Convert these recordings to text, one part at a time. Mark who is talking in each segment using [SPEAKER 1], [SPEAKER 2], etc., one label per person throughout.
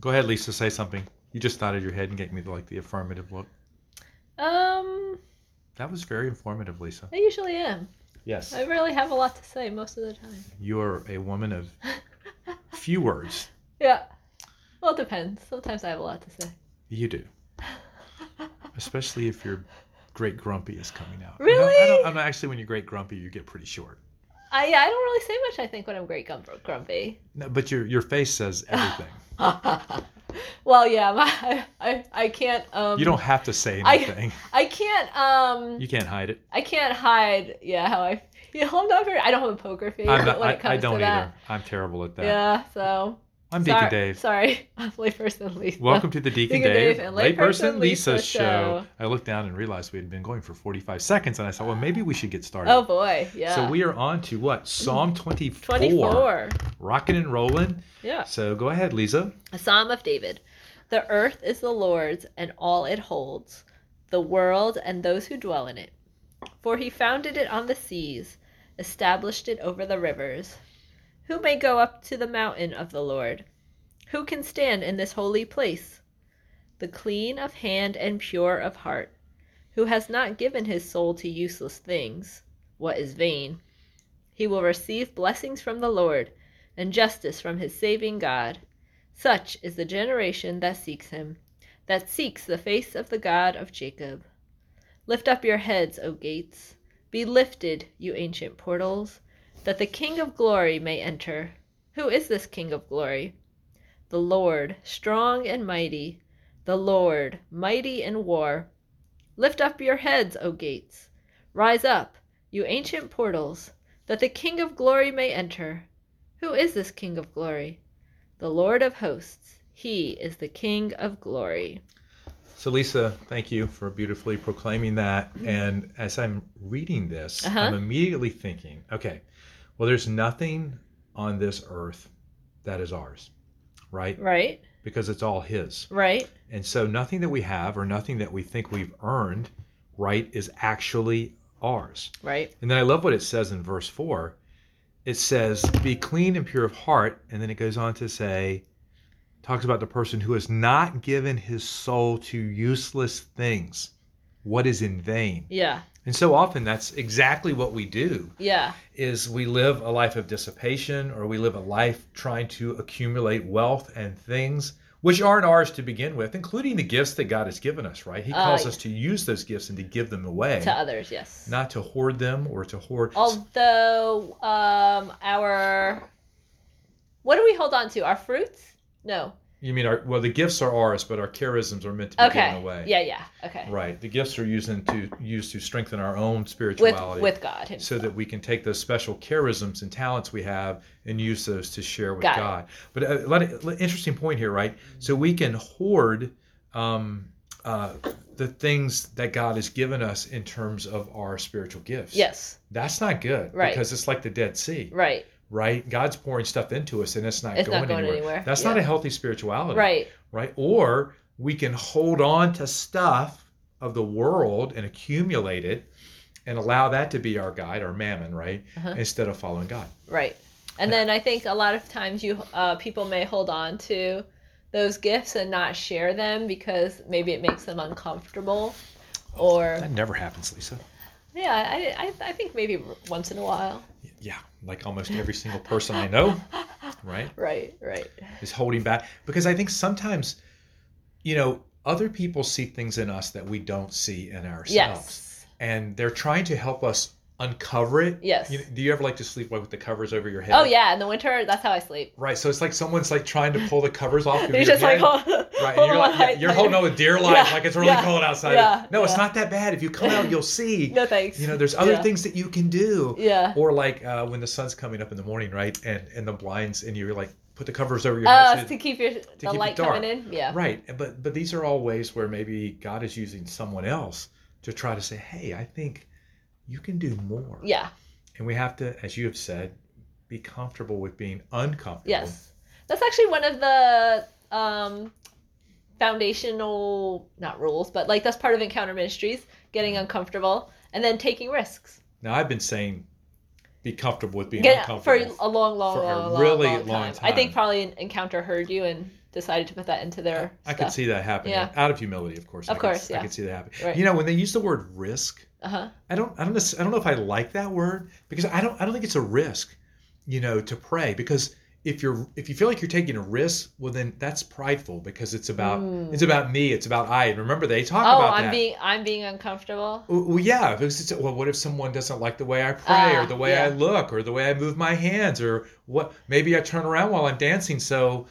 [SPEAKER 1] Go ahead, Lisa. Say something. You just nodded your head and gave me like the affirmative look.
[SPEAKER 2] Um,
[SPEAKER 1] That was very informative, Lisa.
[SPEAKER 2] I usually am.
[SPEAKER 1] Yes.
[SPEAKER 2] I really have a lot to say most of the time.
[SPEAKER 1] You are a woman of few words.
[SPEAKER 2] Yeah. Well, it depends. Sometimes I have a lot to say.
[SPEAKER 1] You do. Especially if your great grumpy is coming out. I don't,
[SPEAKER 2] Really?
[SPEAKER 1] I don't, I'm actually, when you're great grumpy, you get pretty short.
[SPEAKER 2] I I don't really say much. I think when I'm great gum- grumpy.
[SPEAKER 1] No, but your your face says everything.
[SPEAKER 2] well, yeah, my, I I can't um
[SPEAKER 1] you don't have to say
[SPEAKER 2] I-
[SPEAKER 1] anything.
[SPEAKER 2] I can't um
[SPEAKER 1] you can't hide it.
[SPEAKER 2] I can't hide yeah how I feel. I'm not very I don't have a poker face
[SPEAKER 1] I'm not,
[SPEAKER 2] when
[SPEAKER 1] I,
[SPEAKER 2] it comes
[SPEAKER 1] I don't
[SPEAKER 2] to
[SPEAKER 1] either.
[SPEAKER 2] that.
[SPEAKER 1] I'm terrible at that.
[SPEAKER 2] Yeah, so
[SPEAKER 1] I'm
[SPEAKER 2] sorry,
[SPEAKER 1] Deacon Dave.
[SPEAKER 2] Sorry, I'm layperson Lisa.
[SPEAKER 1] Welcome to the Deacon,
[SPEAKER 2] Deacon
[SPEAKER 1] Dave,
[SPEAKER 2] Dave and
[SPEAKER 1] Layperson
[SPEAKER 2] Layperson
[SPEAKER 1] Lisa,
[SPEAKER 2] Lisa
[SPEAKER 1] show.
[SPEAKER 2] Show.
[SPEAKER 1] I looked down and realized we had been going for 45 seconds, and I thought, well, maybe we should get started.
[SPEAKER 2] Oh boy, yeah. Mm.
[SPEAKER 1] So we are on to what? Psalm 24.
[SPEAKER 2] 24.
[SPEAKER 1] Rocking and rolling.
[SPEAKER 2] Yeah.
[SPEAKER 1] So go ahead, Lisa.
[SPEAKER 2] A Psalm of David. The earth is the Lord's and all it holds, the world and those who dwell in it. For he founded it on the seas, established it over the rivers. Who may go up to the mountain of the Lord? Who can stand in this holy place? The clean of hand and pure of heart, who has not given his soul to useless things, what is vain. He will receive blessings from the Lord and justice from his saving God. Such is the generation that seeks him, that seeks the face of the God of Jacob. Lift up your heads, O gates. Be lifted, you ancient portals, that the King of glory may enter. Who is this King of glory? The Lord, strong and mighty, the Lord, mighty in war. Lift up your heads, O gates. Rise up, you ancient portals, that the King of glory may enter. Who is this King of glory? the Lord of hosts. He is the King of glory.
[SPEAKER 1] So, Lisa, thank you for beautifully proclaiming that. And as I'm reading this,
[SPEAKER 2] Mm. Uh-huh.
[SPEAKER 1] I'm immediately thinking, okay, well, there's nothing on this earth that is ours, right?
[SPEAKER 2] Right?
[SPEAKER 1] Because it's all His.
[SPEAKER 2] Right?
[SPEAKER 1] And so, nothing that we have or nothing that we think we've earned, right, is actually ours.
[SPEAKER 2] Right?
[SPEAKER 1] And then I love what it says in verse 4. It says, Be clean and pure of heart. And then it goes on to say, talks about the person who has not given his soul to useless things, what is in vain.
[SPEAKER 2] Yeah.
[SPEAKER 1] And so often that's exactly what we do
[SPEAKER 2] Yeah.
[SPEAKER 1] is we live a life of dissipation or we live a life trying to accumulate wealth and things which aren't ours to begin with, including the gifts that God has given us, right? He
[SPEAKER 2] Uh,
[SPEAKER 1] calls
[SPEAKER 2] yeah.
[SPEAKER 1] us to use those gifts and to give them away,
[SPEAKER 2] To others, yes.
[SPEAKER 1] not to hoard them or to hoard.
[SPEAKER 2] Although um our what do we hold on to? Our fruits? No.
[SPEAKER 1] You mean our well, the gifts are ours, but our charisms are meant to be
[SPEAKER 2] okay.
[SPEAKER 1] given away.
[SPEAKER 2] Yeah, yeah. Okay.
[SPEAKER 1] Right. The gifts are used in to used to strengthen our own
[SPEAKER 2] With
[SPEAKER 1] spirituality.
[SPEAKER 2] with God. himself.
[SPEAKER 1] so that we can take those special charisms and talents we have and use those to share with
[SPEAKER 2] Got it.
[SPEAKER 1] God. But uh, a lot of l- interesting point here, right? So we can hoard um, uh, the things that God has given us in terms of our spiritual gifts.
[SPEAKER 2] Yes.
[SPEAKER 1] That's not good
[SPEAKER 2] Right.
[SPEAKER 1] because it's like the Dead Sea,
[SPEAKER 2] Right.
[SPEAKER 1] right? God's pouring stuff into us and it's not,
[SPEAKER 2] It's
[SPEAKER 1] going,
[SPEAKER 2] not going
[SPEAKER 1] anywhere.
[SPEAKER 2] anywhere.
[SPEAKER 1] That's not
[SPEAKER 2] Yeah.
[SPEAKER 1] a healthy spirituality
[SPEAKER 2] Right.
[SPEAKER 1] right? Or we can hold on to stuff of the world and accumulate it and allow that to be our guide, our mammon, right?
[SPEAKER 2] Uh-huh.
[SPEAKER 1] Instead of following God.
[SPEAKER 2] Right. And then I think a lot of times you uh, people may hold on to those gifts and not share them because maybe it makes them uncomfortable or
[SPEAKER 1] That never happens, Lisa.
[SPEAKER 2] Yeah, I, I, I think maybe once in a while.
[SPEAKER 1] Yeah, like almost every single person I know, right,
[SPEAKER 2] Right, right.
[SPEAKER 1] is holding back because I think sometimes, you know, other people see things in us that we don't see in ourselves.
[SPEAKER 2] Yes.
[SPEAKER 1] And they're trying to help us uncover it.
[SPEAKER 2] Yes.
[SPEAKER 1] You, do you ever like to sleep with the covers over your head?
[SPEAKER 2] Oh yeah, in the winter, that's how I sleep.
[SPEAKER 1] Right. So it's like someone's like trying to pull the covers off. of
[SPEAKER 2] You're
[SPEAKER 1] your
[SPEAKER 2] just like
[SPEAKER 1] head.
[SPEAKER 2] hold,
[SPEAKER 1] Right, and
[SPEAKER 2] hold
[SPEAKER 1] you're,
[SPEAKER 2] on.
[SPEAKER 1] like, yeah, you're holding on with deer life,
[SPEAKER 2] Yeah,
[SPEAKER 1] like it's really
[SPEAKER 2] yeah,
[SPEAKER 1] cold outside.
[SPEAKER 2] yeah,
[SPEAKER 1] no, it's
[SPEAKER 2] yeah.
[SPEAKER 1] not that bad. If you come out, you'll see.
[SPEAKER 2] No thanks.
[SPEAKER 1] You know, there's other
[SPEAKER 2] Yeah.
[SPEAKER 1] things that you can do.
[SPEAKER 2] Yeah.
[SPEAKER 1] Or like uh, when the sun's coming up in the morning, right, and and the blinds, and you're like put the covers over your
[SPEAKER 2] Uh,
[SPEAKER 1] head. so-
[SPEAKER 2] to keep your the
[SPEAKER 1] keep it
[SPEAKER 2] light
[SPEAKER 1] dark.
[SPEAKER 2] coming in. Yeah.
[SPEAKER 1] Right, but but these are all ways where maybe God is using someone else to try to say, hey, I think you can do more.
[SPEAKER 2] Yeah.
[SPEAKER 1] And we have to, as you have said, be comfortable with being uncomfortable.
[SPEAKER 2] Yes. That's actually one of the um, foundational not rules, but like that's part of Encounter Ministries, getting uncomfortable and then taking risks.
[SPEAKER 1] Now I've been saying be comfortable with being
[SPEAKER 2] Get- for
[SPEAKER 1] uncomfortable.
[SPEAKER 2] a long, long,
[SPEAKER 1] For a
[SPEAKER 2] long, long,
[SPEAKER 1] really
[SPEAKER 2] long,
[SPEAKER 1] long
[SPEAKER 2] time. I think
[SPEAKER 1] time.
[SPEAKER 2] probably en- Encounter heard you and decided to put that into their.
[SPEAKER 1] I could see that happening
[SPEAKER 2] Yeah.
[SPEAKER 1] out of humility, of course.
[SPEAKER 2] Of
[SPEAKER 1] I
[SPEAKER 2] course,
[SPEAKER 1] could,
[SPEAKER 2] yeah.
[SPEAKER 1] I could see that happening.
[SPEAKER 2] Right.
[SPEAKER 1] You know, when they use the word risk,
[SPEAKER 2] Uh huh.
[SPEAKER 1] I don't, I don't, necess- I don't know if I like that word because I don't, I don't think it's a risk, you know, to pray because if you're, if you feel like you're taking a risk, well, then that's prideful because it's about,
[SPEAKER 2] Mm.
[SPEAKER 1] it's about me, it's about I. And remember, they talk
[SPEAKER 2] Oh,
[SPEAKER 1] about
[SPEAKER 2] I'm
[SPEAKER 1] that.
[SPEAKER 2] being I'm being uncomfortable.
[SPEAKER 1] well, yeah. If it's just, well, what if someone doesn't like the way I pray,
[SPEAKER 2] Ah,
[SPEAKER 1] or the way I
[SPEAKER 2] yeah.
[SPEAKER 1] look, or the way I move my hands, or what? Maybe I turn around while I'm dancing, so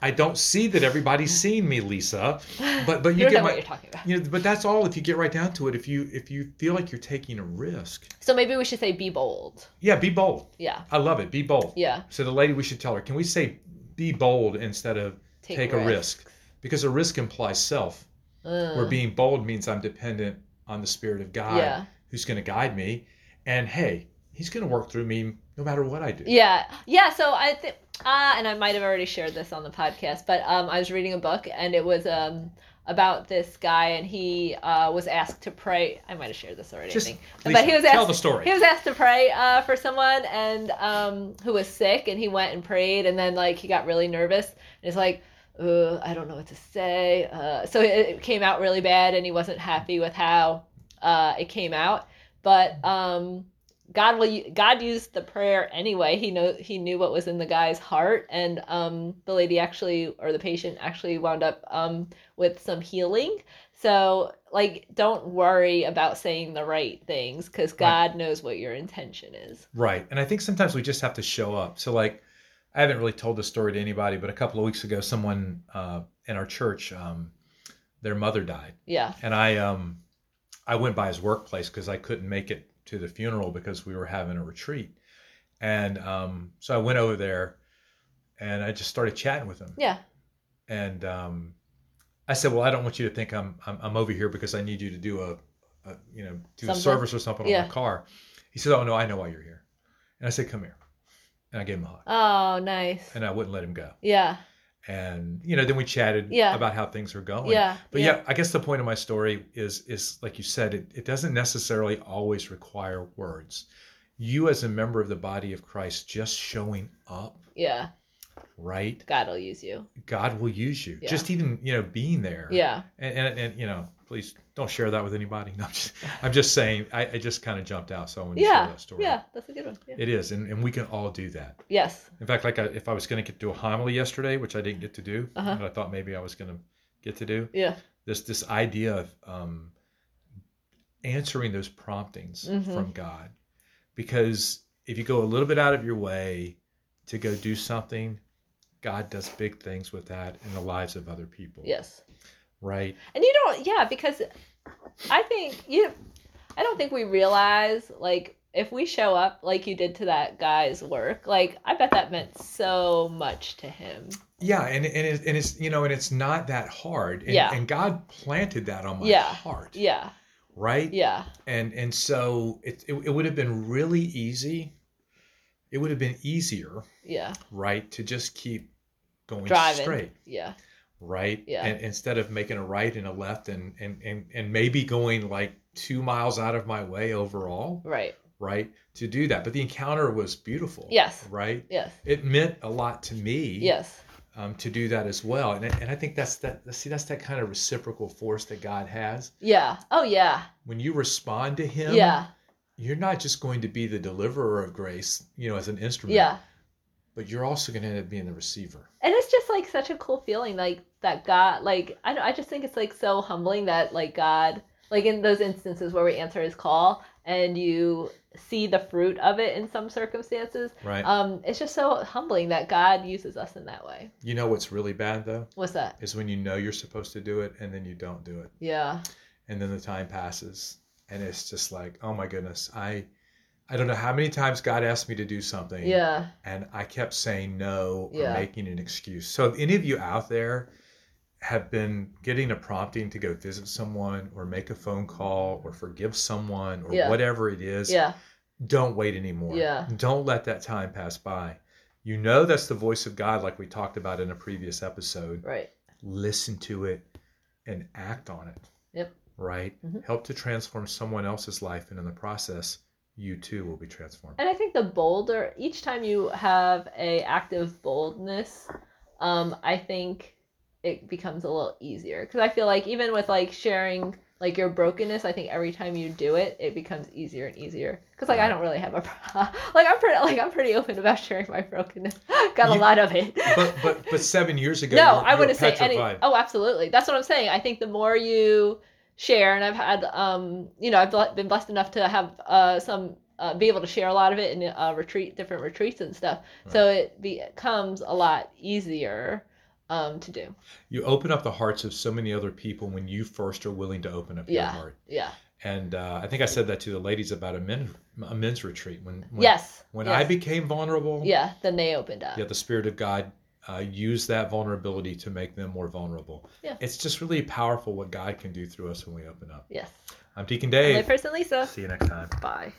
[SPEAKER 1] I don't see that everybody's seeing me, Lisa. But but you,
[SPEAKER 2] You, don't know
[SPEAKER 1] get
[SPEAKER 2] what
[SPEAKER 1] my,
[SPEAKER 2] you're talking about.
[SPEAKER 1] you know. But that's all. If you get right down to it, if you if you feel like you're taking a risk,
[SPEAKER 2] So maybe we should say be bold.
[SPEAKER 1] yeah, be bold.
[SPEAKER 2] Yeah.
[SPEAKER 1] I love it. Be bold.
[SPEAKER 2] Yeah.
[SPEAKER 1] So the lady, we should tell her, can we say be bold instead of take, a risk? Because a risk implies self.
[SPEAKER 2] Uh,
[SPEAKER 1] Where being bold means I'm dependent on the spirit of God
[SPEAKER 2] Yeah.
[SPEAKER 1] who's going to guide me and hey he's going to work through me no matter what i do
[SPEAKER 2] Yeah. Yeah. So I think, uh, and I might have already shared this on the podcast, but um, I was reading a book and it was um, about this guy and he uh, was asked to pray. I might have shared this already.
[SPEAKER 1] Just-
[SPEAKER 2] I think.
[SPEAKER 1] Lisa,
[SPEAKER 2] but he was
[SPEAKER 1] tell
[SPEAKER 2] asked
[SPEAKER 1] the story
[SPEAKER 2] He was asked to pray uh, for someone and um, who was sick, and he went and prayed, and then like he got really nervous, and he's like, "Uh, I don't know what to say." Uh, so it, it came out really bad, and he wasn't happy with how uh, it came out. But um, God will u- God used the prayer anyway. He know he knew what was in the guy's heart, and um, the lady actually or the patient actually wound up um, with some healing. So, like, don't worry about saying the right things because
[SPEAKER 1] Right.
[SPEAKER 2] God knows what your intention is.
[SPEAKER 1] right and i think sometimes we just have to show up so like i haven't really told this story to anybody but a couple of weeks ago someone uh, in our church um, their mother died
[SPEAKER 2] Yeah.
[SPEAKER 1] and i um, i went by his workplace because i couldn't make it to the funeral because we were having a retreat and um, so i went over there and i just started chatting with him
[SPEAKER 2] Yeah.
[SPEAKER 1] and um, I said, "Well, I don't want you to think I'm I'm, I'm over here because I need you to do a, a you know do a
[SPEAKER 2] Something.
[SPEAKER 1] service or something on
[SPEAKER 2] Yeah.
[SPEAKER 1] my car." He said, "Oh no, I know why you're here," and I said, "Come here," and I gave him a hug,
[SPEAKER 2] Oh, nice.
[SPEAKER 1] and I wouldn't let him go.
[SPEAKER 2] Yeah.
[SPEAKER 1] And you know, then we chatted
[SPEAKER 2] Yeah.
[SPEAKER 1] about how things are going.
[SPEAKER 2] Yeah.
[SPEAKER 1] Oh, But yeah. I guess the point of my story is is like you said, it, it doesn't necessarily always require words. You as a member of the body of Christ, just showing up,
[SPEAKER 2] Yeah.
[SPEAKER 1] right?
[SPEAKER 2] God will use you.
[SPEAKER 1] God will use you.
[SPEAKER 2] Yeah.
[SPEAKER 1] Just even you know being there.
[SPEAKER 2] Yeah.
[SPEAKER 1] and, and, and you know, please don't share that with anybody. No, I'm just, I'm just saying, I, I just kind of jumped out, so I want to share
[SPEAKER 2] Yeah.
[SPEAKER 1] that story.
[SPEAKER 2] Yeah. That's a good one. Yeah.
[SPEAKER 1] It is, and, and we can all do that.
[SPEAKER 2] Yes.
[SPEAKER 1] In fact, like I, if I was going to get to a homily yesterday, which I didn't get to do,
[SPEAKER 2] Uh-huh.
[SPEAKER 1] but I thought maybe I was going to get to do
[SPEAKER 2] Yeah.
[SPEAKER 1] this this idea of um, answering those promptings
[SPEAKER 2] Mhm.
[SPEAKER 1] from God, because if you go a little bit out of your way to go do something, God does big things with that in the lives of other people.
[SPEAKER 2] Yes.
[SPEAKER 1] Right.
[SPEAKER 2] And you don't, yeah, because I think you, I don't think we realize, like, if we show up like you did to that guy's work, like, I bet that meant so much to him.
[SPEAKER 1] Yeah, and and it's, and it's you know, and it's not that hard. And,
[SPEAKER 2] Yeah.
[SPEAKER 1] and God planted that on my
[SPEAKER 2] Yeah.
[SPEAKER 1] heart,
[SPEAKER 2] Yeah.
[SPEAKER 1] right?
[SPEAKER 2] Yeah.
[SPEAKER 1] And and so it, it it would have been really easy. It would have been easier,
[SPEAKER 2] Yeah.
[SPEAKER 1] right, to just keep going
[SPEAKER 2] Driving.
[SPEAKER 1] straight,
[SPEAKER 2] Yeah.
[SPEAKER 1] right?
[SPEAKER 2] Yeah.
[SPEAKER 1] And instead of making a right and a left, and and and and maybe going like two miles out of my way overall,
[SPEAKER 2] Right.
[SPEAKER 1] right, to do that. But the encounter was beautiful.
[SPEAKER 2] Yes.
[SPEAKER 1] Right.
[SPEAKER 2] Yes.
[SPEAKER 1] It meant a lot to me.
[SPEAKER 2] Yes.
[SPEAKER 1] um, to do that as well. And, and I think that's that. See, that's that kind of reciprocal force that God has.
[SPEAKER 2] Yeah. Oh yeah.
[SPEAKER 1] When you respond to Him,
[SPEAKER 2] Yeah.
[SPEAKER 1] you're not just going to be the deliverer of grace, you know, as an instrument,
[SPEAKER 2] Yeah.
[SPEAKER 1] but you're also going to end up being the receiver.
[SPEAKER 2] And it's just like such a cool feeling, like that God, like I don't, I just think it's like so humbling that like God, like in those instances where we answer His call and you see the fruit of it in some circumstances.
[SPEAKER 1] Right.
[SPEAKER 2] Um, it's just so humbling that God uses us in that way.
[SPEAKER 1] you know what's really bad though
[SPEAKER 2] What's that?
[SPEAKER 1] is when you know you're supposed to do it and then you don't do it,
[SPEAKER 2] Yeah.
[SPEAKER 1] and then the time passes, and it's just like, oh my goodness, I. I don't know how many times God asked me to do something.
[SPEAKER 2] Yeah.
[SPEAKER 1] and I kept saying no or
[SPEAKER 2] Yeah.
[SPEAKER 1] making an excuse. So if any of you out there have been getting a prompting to go visit someone or make a phone call or forgive someone or
[SPEAKER 2] Yeah.
[SPEAKER 1] whatever it is,
[SPEAKER 2] Yeah.
[SPEAKER 1] don't wait anymore.
[SPEAKER 2] Yeah.
[SPEAKER 1] Don't let that time pass by. You know that's the voice of God like we talked about in a previous episode.
[SPEAKER 2] Right.
[SPEAKER 1] Listen to it and act on it.
[SPEAKER 2] Yep.
[SPEAKER 1] Right?
[SPEAKER 2] Mhm.
[SPEAKER 1] Help to transform someone else's life and in the process you too will be transformed.
[SPEAKER 2] And I think the bolder each time you have a act of boldness, um, I think it becomes a little easier because I feel like even with like sharing like your brokenness, I think every time you do it, it becomes easier and easier. Because like I don't really have a pro- like I'm pretty like I'm pretty open about sharing my brokenness. Got a
[SPEAKER 1] You-
[SPEAKER 2] lot of it.
[SPEAKER 1] But but but seven years ago,
[SPEAKER 2] no,
[SPEAKER 1] you were-
[SPEAKER 2] I
[SPEAKER 1] you were
[SPEAKER 2] wouldn't say any.
[SPEAKER 1] petrified.
[SPEAKER 2] Oh, absolutely. That's what I'm saying. I think the more you share, and I've had, um, you know, I've bl- been blessed enough to have uh, some uh, be able to share a lot of it in uh, retreat, different retreats and stuff. So it becomes a lot easier um, to do.
[SPEAKER 1] You open up the hearts of so many other people when you first are willing to open up your
[SPEAKER 2] Yeah.
[SPEAKER 1] heart.
[SPEAKER 2] Yeah.
[SPEAKER 1] And uh, I think I said that to the ladies about a men a men's retreat when, when
[SPEAKER 2] yes.
[SPEAKER 1] when
[SPEAKER 2] yes.
[SPEAKER 1] I became vulnerable.
[SPEAKER 2] Yeah. Then they opened up.
[SPEAKER 1] yeah, the Spirit of God uh, used that vulnerability to make them more vulnerable.
[SPEAKER 2] Yeah.
[SPEAKER 1] It's just really powerful what God can do through us when we open up.
[SPEAKER 2] Yes.
[SPEAKER 1] I'm Deacon
[SPEAKER 2] Hey.
[SPEAKER 1] Dave.
[SPEAKER 2] person Lisa.
[SPEAKER 1] See you next time.
[SPEAKER 2] Bye.